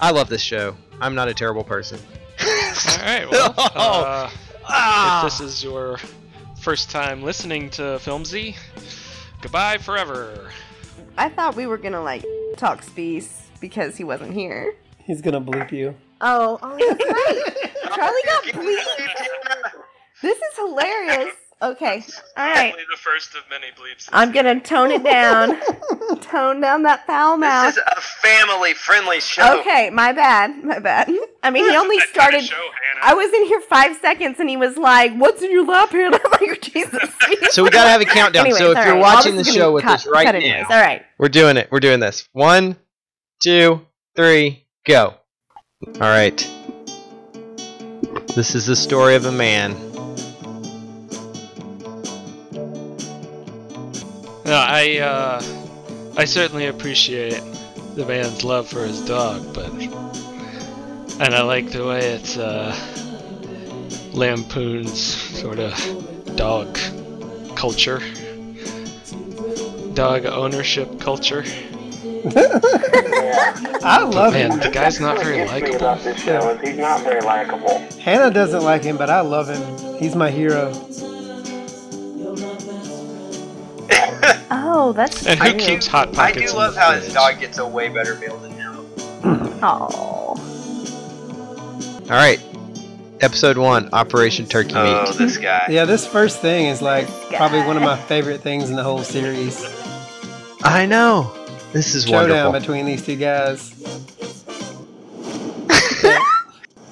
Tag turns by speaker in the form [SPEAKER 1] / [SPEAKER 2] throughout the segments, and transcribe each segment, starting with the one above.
[SPEAKER 1] I love this show. I'm not a terrible person.
[SPEAKER 2] All right. Well,
[SPEAKER 1] Oh.
[SPEAKER 2] uh,
[SPEAKER 1] Ah!
[SPEAKER 2] if this is your first time listening to Filmzy, goodbye forever.
[SPEAKER 3] I thought we were gonna like talk space because he wasn't here.
[SPEAKER 4] He's gonna bleep you.
[SPEAKER 3] Oh, oh that's right. Charlie got bleeped. This is hilarious. Okay, all right.
[SPEAKER 5] Only the first of many bleeps.
[SPEAKER 3] I'm gonna tone it down. tone down that foul mouth.
[SPEAKER 6] This is a family-friendly show.
[SPEAKER 3] Okay, my bad. My bad. I mean, he only
[SPEAKER 5] That kinda
[SPEAKER 3] started.
[SPEAKER 5] show,
[SPEAKER 3] I
[SPEAKER 5] Hannah.
[SPEAKER 3] was in here five seconds, and he was like, "What's in your lap here?" And I'm like, "Jesus."
[SPEAKER 1] So we gotta have a countdown.
[SPEAKER 3] Anyways,
[SPEAKER 1] so if
[SPEAKER 3] all
[SPEAKER 1] you're
[SPEAKER 3] right. All
[SPEAKER 1] watching the
[SPEAKER 3] this is
[SPEAKER 1] show
[SPEAKER 3] gonna be
[SPEAKER 1] with
[SPEAKER 3] cut-
[SPEAKER 1] us right
[SPEAKER 3] cut
[SPEAKER 1] now,
[SPEAKER 3] anyways. all right.
[SPEAKER 1] we're doing it. We're doing this. One, two, three, go. All right. This is the story of a man.
[SPEAKER 2] No, I uh, I certainly appreciate the man's love for his dog, but and I like the way it's uh, lampoons sort of dog culture, dog ownership culture.
[SPEAKER 4] I love
[SPEAKER 2] Man,
[SPEAKER 4] him.
[SPEAKER 2] the guy's not very likable.
[SPEAKER 6] this show is he's not very likable.
[SPEAKER 4] Hannah doesn't like him, but I love him. He's my hero.
[SPEAKER 3] Oh, that's
[SPEAKER 2] And who
[SPEAKER 3] true.
[SPEAKER 2] keeps hot
[SPEAKER 6] I
[SPEAKER 2] pockets?
[SPEAKER 6] do
[SPEAKER 2] in
[SPEAKER 6] love
[SPEAKER 2] the
[SPEAKER 6] how his
[SPEAKER 2] fridge?
[SPEAKER 6] dog gets a way better meal than him.
[SPEAKER 3] Oh,
[SPEAKER 1] All right. Episode one, Operation Turkey
[SPEAKER 6] Oh,
[SPEAKER 1] Meat.
[SPEAKER 6] this guy.
[SPEAKER 4] Yeah, this first thing is like
[SPEAKER 3] guy.
[SPEAKER 4] probably one of my favorite things in the whole series.
[SPEAKER 1] I know. This is wonderful.
[SPEAKER 4] Showdown between these two guys.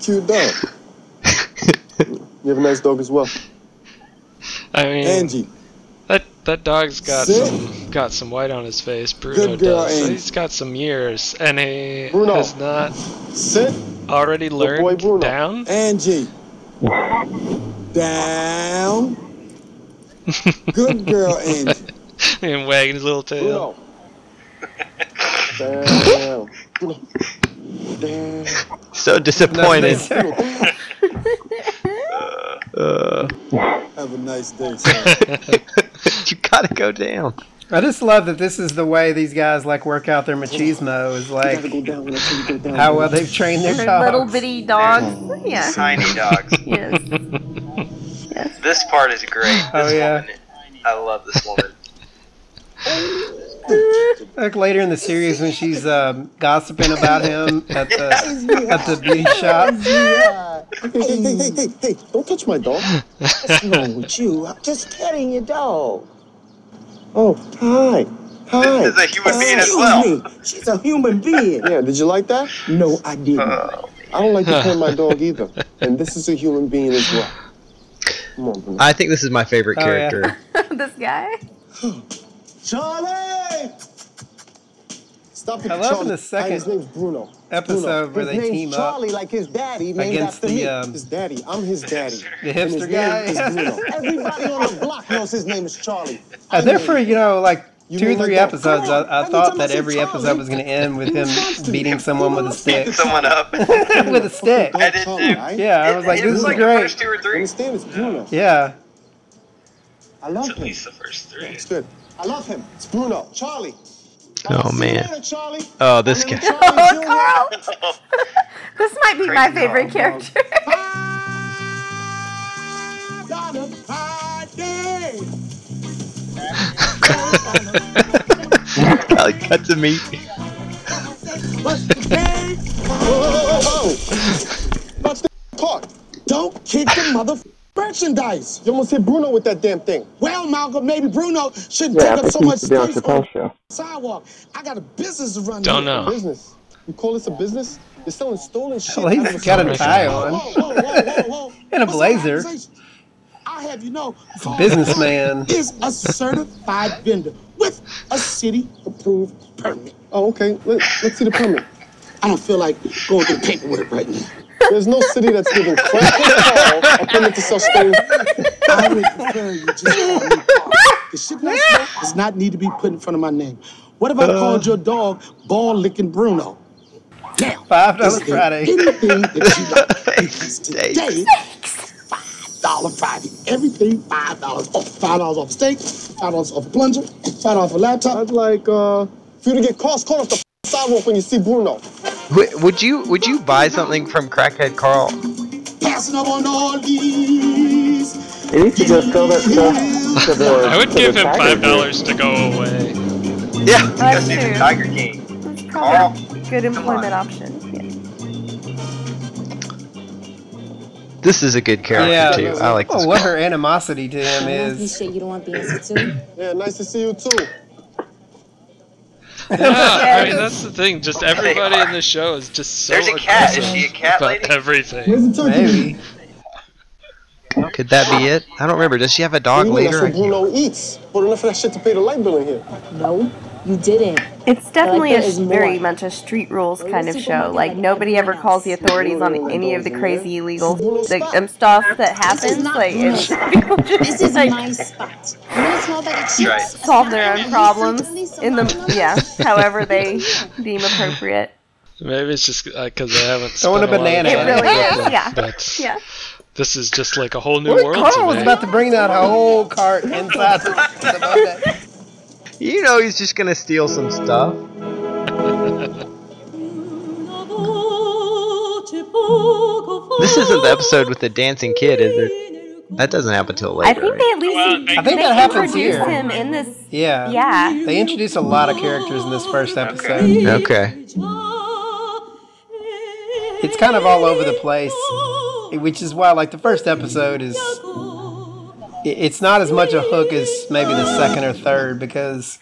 [SPEAKER 7] Cute dog. you have a nice dog as well.
[SPEAKER 2] I mean,
[SPEAKER 7] Angie.
[SPEAKER 2] that that dog's got
[SPEAKER 7] Sit.
[SPEAKER 2] some got some white on his face. Bruno
[SPEAKER 7] Good girl,
[SPEAKER 2] does.
[SPEAKER 7] Amy.
[SPEAKER 2] He's got some years, and he
[SPEAKER 7] Bruno.
[SPEAKER 2] has not
[SPEAKER 7] Sit.
[SPEAKER 2] already
[SPEAKER 7] Good boy
[SPEAKER 2] learned
[SPEAKER 7] Bruno.
[SPEAKER 2] down.
[SPEAKER 7] Angie. Down. Good girl, Angie.
[SPEAKER 2] and wagging his little tail.
[SPEAKER 7] Bruno. Down. Bruno. Down.
[SPEAKER 1] So
[SPEAKER 4] No,
[SPEAKER 1] disappointed.
[SPEAKER 4] it's not.
[SPEAKER 1] Uh,
[SPEAKER 7] Have a nice day, son.
[SPEAKER 1] you gotta go down.
[SPEAKER 4] I just love that this is the way these guys like work out their machismo is
[SPEAKER 7] You gotta
[SPEAKER 4] like
[SPEAKER 7] go down when I tell you to go down.
[SPEAKER 4] how well they've trained their
[SPEAKER 3] they're little
[SPEAKER 4] dogs.
[SPEAKER 3] bitty dogs. Yeah.
[SPEAKER 6] Tiny dogs.
[SPEAKER 3] Yes.
[SPEAKER 6] This part is great. This
[SPEAKER 4] Oh, yeah.
[SPEAKER 6] woman, I love this woman.
[SPEAKER 4] Like later in the series when she's um, gossiping about him at the at the beauty shop.
[SPEAKER 7] Hey, hey, hey, hey, hey, hey, don't touch my dog. What's wrong with you? I'm just petting your dog. Oh, hi. Hi.
[SPEAKER 6] This is a human being as
[SPEAKER 7] Excuse
[SPEAKER 6] well.
[SPEAKER 7] me. She's a human being. Yeah, did you like that? No, I didn't.
[SPEAKER 6] Oh,
[SPEAKER 7] I don't like to pet my dog either. And this is a human being as well. Come on, Bruno.
[SPEAKER 1] I think this is my favorite
[SPEAKER 4] Oh, yeah.
[SPEAKER 1] character.
[SPEAKER 3] this guy.
[SPEAKER 7] Charlie! Stop it,
[SPEAKER 4] I love in the
[SPEAKER 7] Charlie.
[SPEAKER 4] second
[SPEAKER 7] His name's Bruno.
[SPEAKER 4] episode where
[SPEAKER 7] His
[SPEAKER 4] they
[SPEAKER 7] name's
[SPEAKER 4] team up
[SPEAKER 7] Charlie, like his daddy, named
[SPEAKER 4] against
[SPEAKER 7] after
[SPEAKER 4] the,
[SPEAKER 7] me.
[SPEAKER 4] um,
[SPEAKER 7] his daddy. I'm his daddy.
[SPEAKER 4] The
[SPEAKER 7] And his
[SPEAKER 4] hipster
[SPEAKER 7] name
[SPEAKER 4] guy.
[SPEAKER 7] is Bruno. Everybody on the block knows his name is Charlie. I
[SPEAKER 4] And there
[SPEAKER 7] know
[SPEAKER 4] for
[SPEAKER 7] it.
[SPEAKER 4] you know like
[SPEAKER 7] You
[SPEAKER 4] two or
[SPEAKER 7] mean like
[SPEAKER 4] three
[SPEAKER 7] that?
[SPEAKER 4] episodes,
[SPEAKER 7] Come
[SPEAKER 4] I, I
[SPEAKER 7] on, every
[SPEAKER 4] thought
[SPEAKER 7] time
[SPEAKER 4] that
[SPEAKER 7] I say
[SPEAKER 4] every
[SPEAKER 7] Charlie,
[SPEAKER 4] episode was going to end with
[SPEAKER 7] he
[SPEAKER 4] him
[SPEAKER 7] responds to me.
[SPEAKER 4] beating someone with a stick.
[SPEAKER 6] Someone up.
[SPEAKER 4] with a stick.
[SPEAKER 7] Dog
[SPEAKER 6] I did
[SPEAKER 7] Charlie,
[SPEAKER 6] too.
[SPEAKER 7] right?
[SPEAKER 4] Yeah, I was like,
[SPEAKER 6] it
[SPEAKER 4] this
[SPEAKER 6] was
[SPEAKER 4] is
[SPEAKER 6] like the first
[SPEAKER 4] great.
[SPEAKER 6] two or
[SPEAKER 7] You
[SPEAKER 6] three.
[SPEAKER 7] understand? It's Bruno.
[SPEAKER 4] Yeah,
[SPEAKER 7] I love
[SPEAKER 5] At
[SPEAKER 7] him.
[SPEAKER 5] least the first three.
[SPEAKER 7] It's good. I love him. It's Bruno. Charlie.
[SPEAKER 1] Oh,
[SPEAKER 7] See you
[SPEAKER 1] man.
[SPEAKER 7] later, Charlie.
[SPEAKER 1] Oh, this
[SPEAKER 7] My name
[SPEAKER 1] guy.
[SPEAKER 7] is Charlie
[SPEAKER 3] Oh,
[SPEAKER 7] Junior.
[SPEAKER 3] Carl. this might be my
[SPEAKER 6] Crazy
[SPEAKER 3] favorite character.
[SPEAKER 7] Donna Hardy.
[SPEAKER 1] Probably cut to meat.
[SPEAKER 7] What's the game? Whoa, whoa, whoa. Watch the clock. Don't kick the mother merchandise. You almost hit Bruno with that damn thing. Well, Malcolm, maybe Bruno shouldn't take up so much space on the sidewalk. I got a business to run.
[SPEAKER 2] Don't
[SPEAKER 7] here.
[SPEAKER 2] know.
[SPEAKER 7] Business. You call this a business? You're selling stolen shit.
[SPEAKER 4] at least
[SPEAKER 7] out of
[SPEAKER 4] he's
[SPEAKER 7] a
[SPEAKER 4] got a
[SPEAKER 7] store.
[SPEAKER 4] tie
[SPEAKER 7] Whoa,
[SPEAKER 4] on.
[SPEAKER 7] whoa, whoa, whoa, whoa, whoa.
[SPEAKER 4] And a
[SPEAKER 7] What's the
[SPEAKER 4] blazer.
[SPEAKER 7] accusation? I have you know. It's
[SPEAKER 4] Businessman.
[SPEAKER 7] is a certified vendor with a city approved permit. Oh, okay. Let, let's see the permit. I don't feel like going through paperwork right now. There's no city that's giving crap at all a permit to sell stolen. I would prefer you just call me Paul. The shit next door does not need to be put in front of my name. What if I
[SPEAKER 4] Uh.
[SPEAKER 7] called your dog Ball Licking Bruno? Now,
[SPEAKER 4] Five dollar
[SPEAKER 7] is there
[SPEAKER 4] Friday.
[SPEAKER 7] Anything that you like. Because today, five dollar Friday. Everything five dollars off. Five dollars off a steak. Five dollars off a plunger. Five dollars off a laptop. I'd like uh, for you to get cross caught off the sidewalk when you see Bruno.
[SPEAKER 1] W- would you would you buy something from Crackhead Carl?
[SPEAKER 7] Passing up on all these.
[SPEAKER 8] At least you just sell that stuff to the.
[SPEAKER 2] I would
[SPEAKER 8] to
[SPEAKER 2] give
[SPEAKER 8] the
[SPEAKER 2] him
[SPEAKER 8] Tiger
[SPEAKER 2] five
[SPEAKER 8] Group.
[SPEAKER 2] dollars to go away.
[SPEAKER 1] Yeah.
[SPEAKER 6] Go see
[SPEAKER 3] true.
[SPEAKER 6] the Tiger King.
[SPEAKER 3] It's
[SPEAKER 6] Carl,
[SPEAKER 3] probably a good
[SPEAKER 6] come on.
[SPEAKER 3] employment option. Yeah.
[SPEAKER 1] This is a good character
[SPEAKER 4] Yeah.
[SPEAKER 1] too. I like this.
[SPEAKER 4] Oh, what her animosity to him
[SPEAKER 9] Holy
[SPEAKER 4] is.
[SPEAKER 9] shit, you don't want beans too?
[SPEAKER 7] Yeah, nice to see you too.
[SPEAKER 2] Yeah, I mean that's the thing. Just everybody in the show is just so
[SPEAKER 6] There's a cat. Is
[SPEAKER 2] aggressive
[SPEAKER 6] she a cat
[SPEAKER 2] about
[SPEAKER 6] lady?
[SPEAKER 2] everything.
[SPEAKER 7] Where's the turkey?
[SPEAKER 4] Maybe.
[SPEAKER 1] girl. Could that be it? I don't remember. Does she have a dog
[SPEAKER 7] What do you mean? That's
[SPEAKER 1] later?
[SPEAKER 7] what Bruno eats. But enough of that shit to pay the light bill in here.
[SPEAKER 9] No, you didn't.
[SPEAKER 3] It's definitely
[SPEAKER 9] there
[SPEAKER 3] a
[SPEAKER 9] is
[SPEAKER 3] sh- very
[SPEAKER 9] more.
[SPEAKER 3] much a street rules
[SPEAKER 9] Go to
[SPEAKER 3] kind of
[SPEAKER 9] the
[SPEAKER 3] show.
[SPEAKER 9] supermarket
[SPEAKER 3] Like
[SPEAKER 9] like
[SPEAKER 3] nobody ever
[SPEAKER 9] everyone
[SPEAKER 3] calls the
[SPEAKER 9] else.
[SPEAKER 3] authorities on any of the crazy illegal the, um, stuff that happens.
[SPEAKER 9] not
[SPEAKER 3] Like it's,
[SPEAKER 9] good.
[SPEAKER 3] people just
[SPEAKER 9] This is
[SPEAKER 3] like
[SPEAKER 9] my spot. I'm gonna smell like a chips.
[SPEAKER 6] right.
[SPEAKER 9] a
[SPEAKER 3] solve
[SPEAKER 9] snack,
[SPEAKER 3] their
[SPEAKER 9] and
[SPEAKER 3] own
[SPEAKER 9] you
[SPEAKER 3] problems
[SPEAKER 9] sometimes
[SPEAKER 3] in the
[SPEAKER 9] someone
[SPEAKER 3] yeah,
[SPEAKER 9] else's.
[SPEAKER 3] however they deem appropriate.
[SPEAKER 2] Maybe it's just because I haven't. spent
[SPEAKER 4] Throwing
[SPEAKER 2] lot
[SPEAKER 4] a
[SPEAKER 2] of
[SPEAKER 4] banana
[SPEAKER 3] It
[SPEAKER 2] time
[SPEAKER 4] at Yeah.
[SPEAKER 3] really
[SPEAKER 2] with it,
[SPEAKER 3] is. Yeah.
[SPEAKER 2] But
[SPEAKER 3] Yeah.
[SPEAKER 2] this is just like a whole new
[SPEAKER 4] What?
[SPEAKER 2] world
[SPEAKER 4] Carl
[SPEAKER 2] to
[SPEAKER 4] was
[SPEAKER 2] me.
[SPEAKER 4] about to bring that whole cart inside the, the buffet.
[SPEAKER 1] You know he's just gonna steal some stuff. This isn't the episode with the dancing kid, is it? That doesn't happen till later.
[SPEAKER 3] I think they at least
[SPEAKER 5] Well, I
[SPEAKER 4] I think
[SPEAKER 3] they
[SPEAKER 4] that happens
[SPEAKER 3] introduce
[SPEAKER 4] here.
[SPEAKER 3] him in this
[SPEAKER 4] Yeah.
[SPEAKER 3] yeah.
[SPEAKER 4] They introduce a lot of characters in this first episode.
[SPEAKER 1] right? Okay.
[SPEAKER 4] It's kind of all over the place, which is why like the first episode is it- it's not as much a hook as maybe the second or third because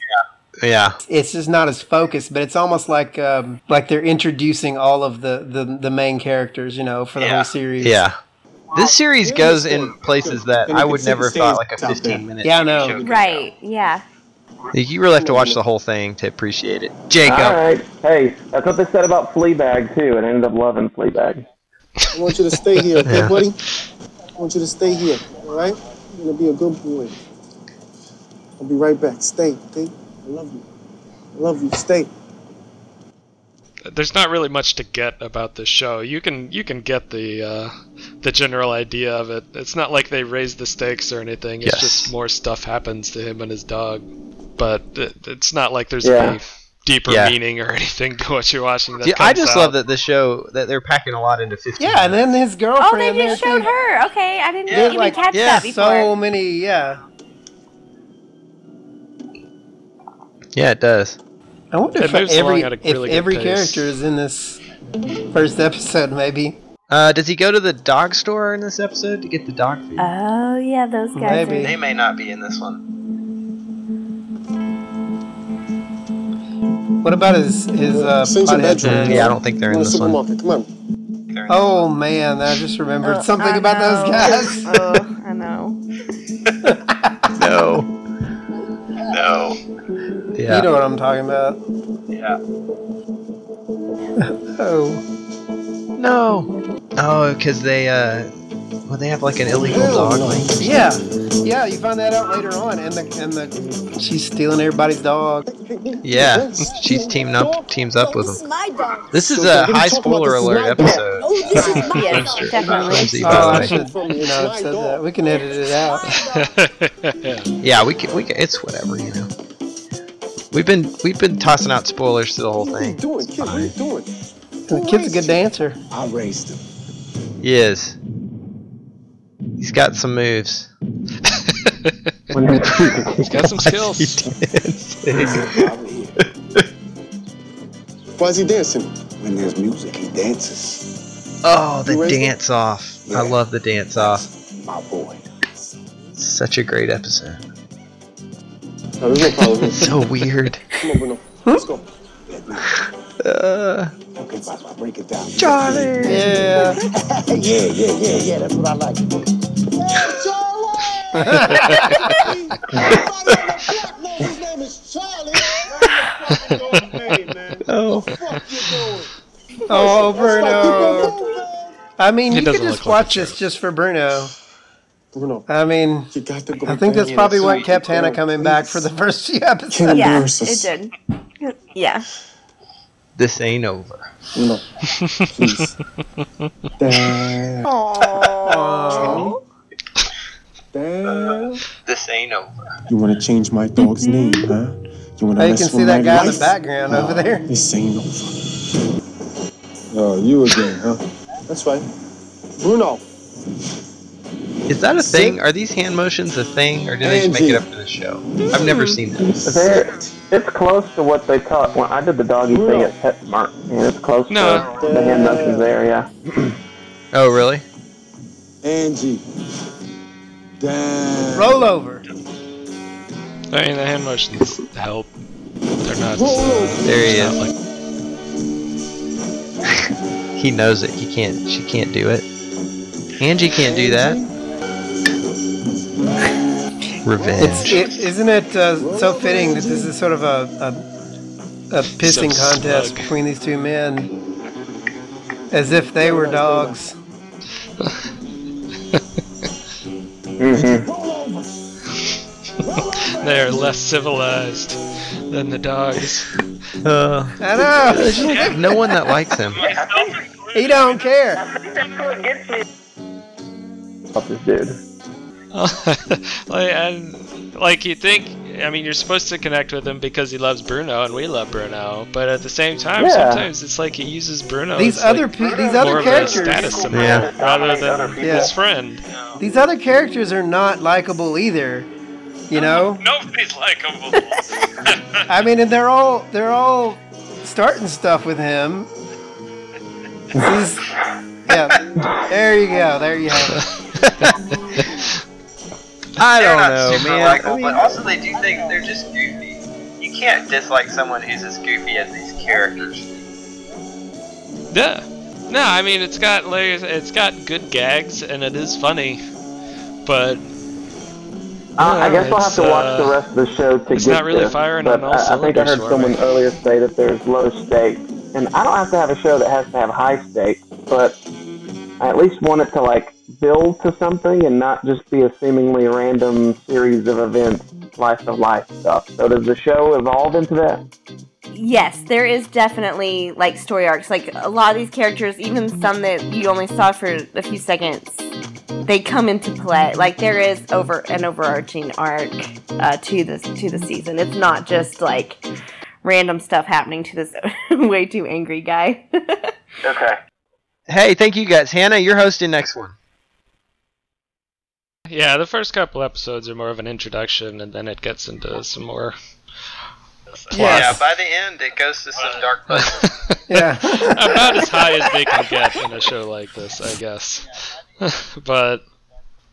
[SPEAKER 1] Yeah.
[SPEAKER 4] it's just not as focused but it's almost like um, like they're introducing all of the, the, the main characters you know for the
[SPEAKER 6] Yeah.
[SPEAKER 4] whole series
[SPEAKER 1] Yeah. This series
[SPEAKER 7] Yeah,
[SPEAKER 1] goes
[SPEAKER 7] it's
[SPEAKER 1] in
[SPEAKER 7] cool.
[SPEAKER 1] places that
[SPEAKER 7] And
[SPEAKER 1] I
[SPEAKER 7] you
[SPEAKER 1] would
[SPEAKER 7] can see
[SPEAKER 1] never
[SPEAKER 7] the
[SPEAKER 1] thought
[SPEAKER 7] scenes
[SPEAKER 1] like a
[SPEAKER 7] out there.
[SPEAKER 1] 15 minute
[SPEAKER 4] yeah i know
[SPEAKER 6] show.
[SPEAKER 3] Right, yeah.
[SPEAKER 1] You really have to watch the whole thing to appreciate it.
[SPEAKER 8] All
[SPEAKER 1] Jacob.
[SPEAKER 8] right. Hey, that's what they said about Fleabag too, and I ended up loving Fleabag.
[SPEAKER 7] I want you to stay here, okay,
[SPEAKER 1] Yeah.
[SPEAKER 7] buddy? I want you to stay here, all right? You're gonna be a good boy. I'll be right back. Stay, okay? I love you. I love you. Stay.
[SPEAKER 2] there's not really much to get about this show. You can you can get the uh, the general idea of it. It's not like they raise the stakes or anything. It's
[SPEAKER 1] Yes.
[SPEAKER 2] just more stuff happens to him and his dog, but it, it's not like there's
[SPEAKER 8] Yeah.
[SPEAKER 2] any deeper
[SPEAKER 1] Yeah.
[SPEAKER 2] meaning or anything to what you're watching. That
[SPEAKER 1] Yeah, I
[SPEAKER 2] comes
[SPEAKER 1] just
[SPEAKER 2] out.
[SPEAKER 1] love that the show that they're packing a lot into 15.
[SPEAKER 4] yeah and then his girlfriend
[SPEAKER 3] Oh, they just
[SPEAKER 4] there,
[SPEAKER 3] showed
[SPEAKER 4] too.
[SPEAKER 3] her. Okay, I didn't
[SPEAKER 4] Yeah,
[SPEAKER 3] even
[SPEAKER 4] like,
[SPEAKER 3] catch
[SPEAKER 1] yeah,
[SPEAKER 3] that before.
[SPEAKER 4] so many yeah
[SPEAKER 1] yeah, it does.
[SPEAKER 4] i wonder
[SPEAKER 2] It
[SPEAKER 4] if
[SPEAKER 2] moves along
[SPEAKER 4] every,
[SPEAKER 2] at a
[SPEAKER 4] if
[SPEAKER 2] really good
[SPEAKER 4] every
[SPEAKER 2] pace.
[SPEAKER 4] character is in this first episode maybe
[SPEAKER 1] Uh, does he go to the dog store in this episode to get the dog food?
[SPEAKER 3] Oh yeah, those guys
[SPEAKER 4] Maybe.
[SPEAKER 3] are.
[SPEAKER 6] They may not be in this one.
[SPEAKER 4] what about his his uh,
[SPEAKER 7] Since your
[SPEAKER 4] pothead
[SPEAKER 7] bedroom.
[SPEAKER 4] friend?
[SPEAKER 1] Mm, yeah, I don't think they're
[SPEAKER 7] Go
[SPEAKER 1] in
[SPEAKER 7] to the
[SPEAKER 1] this one.
[SPEAKER 7] supermarket. Come on.
[SPEAKER 6] They're in this
[SPEAKER 4] Oh man, I just remembered
[SPEAKER 3] Oh,
[SPEAKER 4] something
[SPEAKER 3] I
[SPEAKER 4] about
[SPEAKER 3] know.
[SPEAKER 4] those guys.
[SPEAKER 3] oh, I know.
[SPEAKER 1] No.
[SPEAKER 6] one. No.
[SPEAKER 1] Yeah.
[SPEAKER 4] You know what I'm talking about.
[SPEAKER 6] Yeah.
[SPEAKER 4] Oh,
[SPEAKER 1] no. Oh, because they, uh, well, they have like an illegal dog link.
[SPEAKER 4] yeah, yeah. You find that out later on, and the and the she's stealing everybody's dog.
[SPEAKER 1] Yeah. She's teaming up, teams up with
[SPEAKER 9] This
[SPEAKER 1] them.
[SPEAKER 9] is my dog.
[SPEAKER 1] This is a high spoiler alert episode.
[SPEAKER 9] Oh, this is my
[SPEAKER 3] Yeah,
[SPEAKER 9] dog.
[SPEAKER 3] definitely.
[SPEAKER 1] Lindsay,
[SPEAKER 4] Oh,
[SPEAKER 1] by
[SPEAKER 4] I
[SPEAKER 1] the way.
[SPEAKER 4] should you know have said that. We can edit it
[SPEAKER 2] yeah.
[SPEAKER 4] out.
[SPEAKER 1] Yeah, we can, we can, it's whatever, you know. We've been, we've been tossing out spoilers to the whole thing.
[SPEAKER 7] Doing, kid, what are you doing?
[SPEAKER 4] The kid's a good dancer.
[SPEAKER 7] I raised him.
[SPEAKER 1] He is. He's got some moves.
[SPEAKER 2] He's got some skills.
[SPEAKER 7] Why is he dancing?
[SPEAKER 10] When there's music, he dances.
[SPEAKER 1] Oh,
[SPEAKER 7] You
[SPEAKER 1] the
[SPEAKER 7] raised him?
[SPEAKER 1] dance off.
[SPEAKER 10] Yeah.
[SPEAKER 1] I love the dance off.
[SPEAKER 10] My boy.
[SPEAKER 1] Such a great episode.
[SPEAKER 7] No, there's no problem.
[SPEAKER 1] So weird.
[SPEAKER 7] Come on, Bruno. Let's go.
[SPEAKER 1] Uh,
[SPEAKER 10] Okay, Bob, I'll break it down.
[SPEAKER 1] Charlie.
[SPEAKER 4] Yeah.
[SPEAKER 10] Hey, yeah, yeah, yeah, yeah. That's what I like.
[SPEAKER 7] Charlie! black man's name is Charlie. What the fuck is your name, man?
[SPEAKER 1] Oh.
[SPEAKER 7] What the fuck you doing?
[SPEAKER 4] Oh,
[SPEAKER 7] That's
[SPEAKER 4] Bruno.
[SPEAKER 7] why people move, man.
[SPEAKER 4] I mean,
[SPEAKER 2] He
[SPEAKER 4] you could
[SPEAKER 2] doesn't
[SPEAKER 4] just
[SPEAKER 2] look like a
[SPEAKER 4] watch this just for Bruno.
[SPEAKER 7] Bruno,
[SPEAKER 4] I mean,
[SPEAKER 7] you got to go.
[SPEAKER 4] I think that's
[SPEAKER 7] back
[SPEAKER 4] probably
[SPEAKER 7] in.
[SPEAKER 4] what kept Hannah coming back for the first few episodes.
[SPEAKER 3] Yeah, it
[SPEAKER 7] Embarrassing.
[SPEAKER 3] did. Yeah.
[SPEAKER 1] This ain't over.
[SPEAKER 7] Bruno, please. Dad,
[SPEAKER 3] Aww.
[SPEAKER 7] dad.
[SPEAKER 6] This ain't over.
[SPEAKER 7] You want to change my dog's name, huh? You want
[SPEAKER 4] Now Mm-hmm. Oh,
[SPEAKER 7] to
[SPEAKER 4] you can
[SPEAKER 7] mess with
[SPEAKER 4] see
[SPEAKER 7] my
[SPEAKER 4] that guy in
[SPEAKER 7] life? Oh,
[SPEAKER 4] the background over there.
[SPEAKER 7] This ain't over. Oh, you again, huh? That's right. Bruno.
[SPEAKER 1] Is that a thing? Are these hand motions a thing, or do they just make it up for the show? I've never seen those.
[SPEAKER 8] They're, it's close to what they taught when I did the doggy thing at PetSmart. And it's close
[SPEAKER 2] No.
[SPEAKER 8] to the hand motions there, yeah.
[SPEAKER 1] Oh, really?
[SPEAKER 7] Angie. Damn.
[SPEAKER 4] Roll over.
[SPEAKER 2] I mean, the hand motions help. They're not.
[SPEAKER 7] Roll over.
[SPEAKER 1] There he
[SPEAKER 2] they're not
[SPEAKER 1] is.
[SPEAKER 2] like-
[SPEAKER 1] He knows it. He can't. She can't do it. Angie can't do that.
[SPEAKER 4] It's,
[SPEAKER 1] Revenge.
[SPEAKER 4] it, isn't it uh, so fitting that this is sort of a, a, a pissing
[SPEAKER 2] So
[SPEAKER 4] contest
[SPEAKER 2] smug.
[SPEAKER 4] between these two men, as if they were dogs?
[SPEAKER 8] Mm-hmm.
[SPEAKER 2] they are less civilized than the dogs.
[SPEAKER 1] Uh,
[SPEAKER 4] I know.
[SPEAKER 1] I have no one that likes him.
[SPEAKER 4] He don't care.
[SPEAKER 8] Fuck this dude.
[SPEAKER 2] like, and, like you think, I mean, you're supposed to connect with him because he loves Bruno and we love Bruno, but at the same time,
[SPEAKER 8] Yeah.
[SPEAKER 2] sometimes it's like he uses Bruno.
[SPEAKER 4] These
[SPEAKER 2] as,
[SPEAKER 4] other
[SPEAKER 2] like,
[SPEAKER 4] pe- these
[SPEAKER 2] more
[SPEAKER 4] other
[SPEAKER 2] of a status
[SPEAKER 4] characters,
[SPEAKER 2] symbol
[SPEAKER 1] Yeah.
[SPEAKER 2] rather than
[SPEAKER 4] Yeah.
[SPEAKER 2] his friend.
[SPEAKER 4] these other characters are not likable either. You know,
[SPEAKER 5] Nobody's likable. That's
[SPEAKER 4] I mean, and they're all they're all starting stuff with him. He's, yeah, there you go. There you have it.
[SPEAKER 1] I
[SPEAKER 6] They're
[SPEAKER 1] don't
[SPEAKER 6] not
[SPEAKER 1] know,
[SPEAKER 6] super
[SPEAKER 1] man.
[SPEAKER 6] likable,
[SPEAKER 1] I mean,
[SPEAKER 6] but also they do things. They're just goofy. You can't dislike someone who's as goofy as these characters.
[SPEAKER 2] Yeah. No, I mean it's got layers. It's got good gags and it is funny, but
[SPEAKER 8] Uh, I guess I'll have to
[SPEAKER 2] It's,
[SPEAKER 8] watch
[SPEAKER 2] uh,
[SPEAKER 8] the rest of the show to
[SPEAKER 2] it's
[SPEAKER 8] get
[SPEAKER 2] not really
[SPEAKER 8] this,
[SPEAKER 2] firing
[SPEAKER 8] but
[SPEAKER 2] on all
[SPEAKER 8] I, I think I
[SPEAKER 2] cylinders
[SPEAKER 8] heard
[SPEAKER 2] for
[SPEAKER 8] someone
[SPEAKER 2] me.
[SPEAKER 8] earlier say that there's low stakes, and I don't have to have a show that has to have high stakes, but I at least want it to like build to something and not just be a seemingly random series of events, slice of life stuff. So does the show evolve into that?
[SPEAKER 3] Yes, there is definitely like story arcs. Like a lot of these characters, even some that you only saw for a few seconds, they come into play. Like there is over an overarching arc uh, to this to the season. It's not just like random stuff happening to this way too angry guy.
[SPEAKER 6] Okay.
[SPEAKER 1] hey, thank you guys. Hannah, you're hosting next one.
[SPEAKER 2] yeah, the first couple episodes are more of an introduction, and then it gets into some more.
[SPEAKER 6] Yeah. By the end, it goes to some dark places.
[SPEAKER 4] Yeah.
[SPEAKER 2] about as high as they can get in a show like this, I guess. but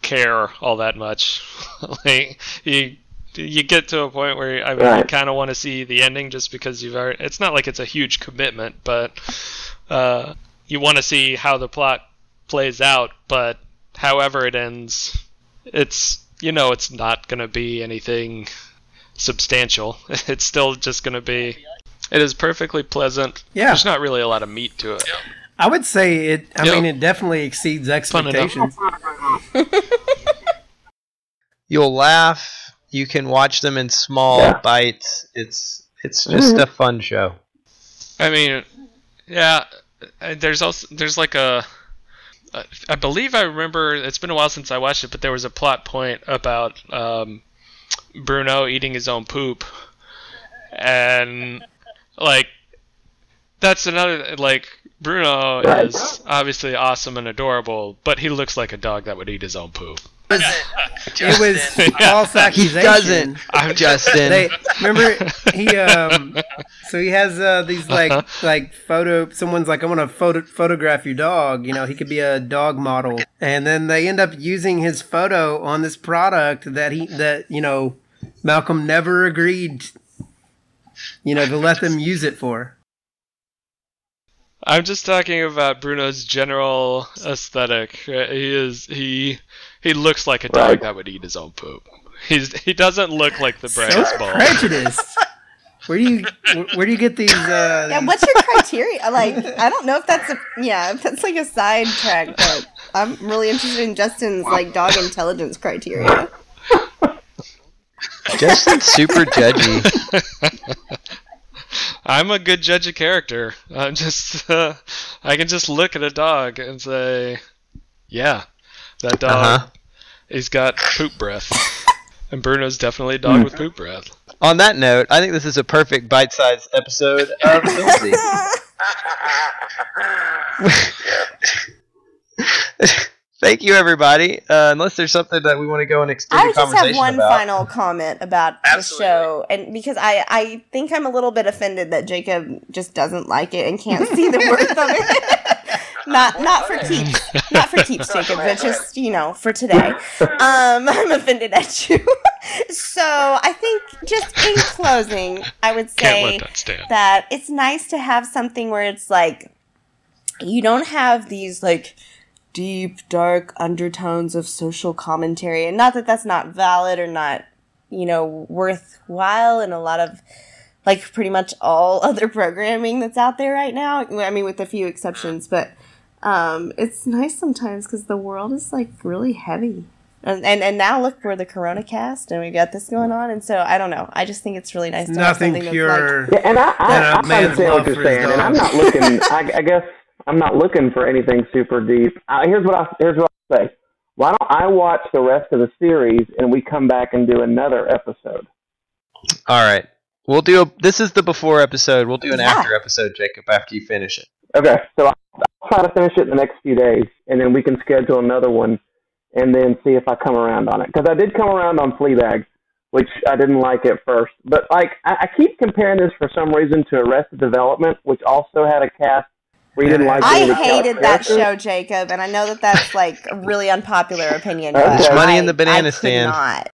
[SPEAKER 2] care all that much. like you you get to a point where I mean, you
[SPEAKER 8] Right.
[SPEAKER 2] kind of want to see the ending just because you've already it's not like it's a huge commitment, but uh, you want to see how the plot plays out, but however it ends, it's you know it's not going to be anything substantial. It's still just going to be it is perfectly pleasant.
[SPEAKER 4] Yeah.
[SPEAKER 2] There's not really a lot of meat to it.
[SPEAKER 4] I would say it. I
[SPEAKER 2] Yeah.
[SPEAKER 4] mean, it definitely exceeds
[SPEAKER 2] enough.
[SPEAKER 4] expectations.
[SPEAKER 1] You'll laugh. You can watch them in small
[SPEAKER 8] Yeah.
[SPEAKER 1] bites. It's it's just
[SPEAKER 4] Mm-hmm.
[SPEAKER 1] a fun show.
[SPEAKER 2] I mean, yeah. uh, There's also there's like a, I I believe I remember. It's been a while since I watched it, but there was a plot point about um, Bruno eating his own poop, and like that's another like Bruno
[SPEAKER 8] Right.
[SPEAKER 2] is obviously awesome and adorable, but he looks like a dog that would eat his own poop.
[SPEAKER 4] It was false
[SPEAKER 1] He
[SPEAKER 4] accusation.
[SPEAKER 1] doesn't, Justin.
[SPEAKER 4] They remember he um. So he has uh, these like like photo. Someone's like, I want to photo- photograph your dog. You know, he could be a dog model, and then they end up using his photo on this product that he that you know Malcolm never agreed. You know, to let them use it for.
[SPEAKER 2] I'm just talking about Bruno's general aesthetic. Uh, He is he he looks like a dog
[SPEAKER 8] Right.
[SPEAKER 2] that would eat his own poop. He's he doesn't look like the brass
[SPEAKER 4] So
[SPEAKER 2] ball.
[SPEAKER 4] prejudiced. Where do you wh- where do you get these? Uh,
[SPEAKER 3] yeah, what's your criteria? Like I don't know if that's a yeah, if that's like a sidetrack, but I'm really interested in Justin's like dog intelligence criteria.
[SPEAKER 1] Justin's super judgy.
[SPEAKER 2] I'm a good judge of character. I'm just uh, I can just look at a dog and say, yeah, that dog
[SPEAKER 1] Uh-huh.
[SPEAKER 2] he's got poop breath. And Bruno's definitely a dog with poop breath.
[SPEAKER 1] On that note, I think this is a perfect bite-sized episode of Filthy. Thank you, everybody. Uh, unless there's something that we want to go and extend
[SPEAKER 3] I
[SPEAKER 1] the
[SPEAKER 3] would just
[SPEAKER 1] conversation
[SPEAKER 3] have one
[SPEAKER 1] about.
[SPEAKER 3] final comment about the show, and because I, I think I'm a little bit offended that Jacob just doesn't like it and can't see the worth of it. not not for keeps, not for keeps, Jacob, but just you know for today. Um, I'm offended at you. so I think just in closing, I would
[SPEAKER 5] Can't let
[SPEAKER 3] say
[SPEAKER 5] that stand.
[SPEAKER 3] that it's nice to have something where it's like you don't have these like deep, dark undertones of social commentary. And not that that's not valid or not, you know, worthwhile in a lot of, like, pretty much all other programming that's out there right now. I mean, with a few exceptions, but um, it's nice sometimes because the world is, like, really heavy. And, and, and now look, we're the Corona cast, and we've got this going on, and so I don't know. I just think it's really nice. to have
[SPEAKER 4] Nothing
[SPEAKER 3] something that's
[SPEAKER 4] pure.
[SPEAKER 3] Like,
[SPEAKER 8] Yeah, and I, I,
[SPEAKER 4] That a
[SPEAKER 8] I
[SPEAKER 4] man's
[SPEAKER 8] understand what
[SPEAKER 4] love
[SPEAKER 8] you're
[SPEAKER 4] for his
[SPEAKER 8] saying, and I'm
[SPEAKER 4] dog.
[SPEAKER 8] not looking. I, I guess I'm not looking for anything super deep. I, here's what I here's what I say. Why don't I watch the rest of the series and we come back and do another episode?
[SPEAKER 1] All right, we'll do. A, this is the before episode. We'll do an
[SPEAKER 3] Yeah.
[SPEAKER 1] after episode, Jacob, after you finish it.
[SPEAKER 8] Okay, so I'll, I'll try to finish it in the next few days, and then we can schedule another one, and then see if I come around on it. Because I did come around on Fleabag, which I didn't like at first. But like, I, I keep comparing this for some reason to Arrested Development, which also had a cast we didn't like.
[SPEAKER 3] I
[SPEAKER 8] any of the cast
[SPEAKER 3] hated that
[SPEAKER 8] characters.
[SPEAKER 3] show, Jacob, and I know that that's like a really unpopular opinion.
[SPEAKER 8] Okay.
[SPEAKER 3] but
[SPEAKER 8] It's
[SPEAKER 1] Money in
[SPEAKER 3] I-
[SPEAKER 1] the banana
[SPEAKER 3] I could
[SPEAKER 1] stand.
[SPEAKER 3] Not.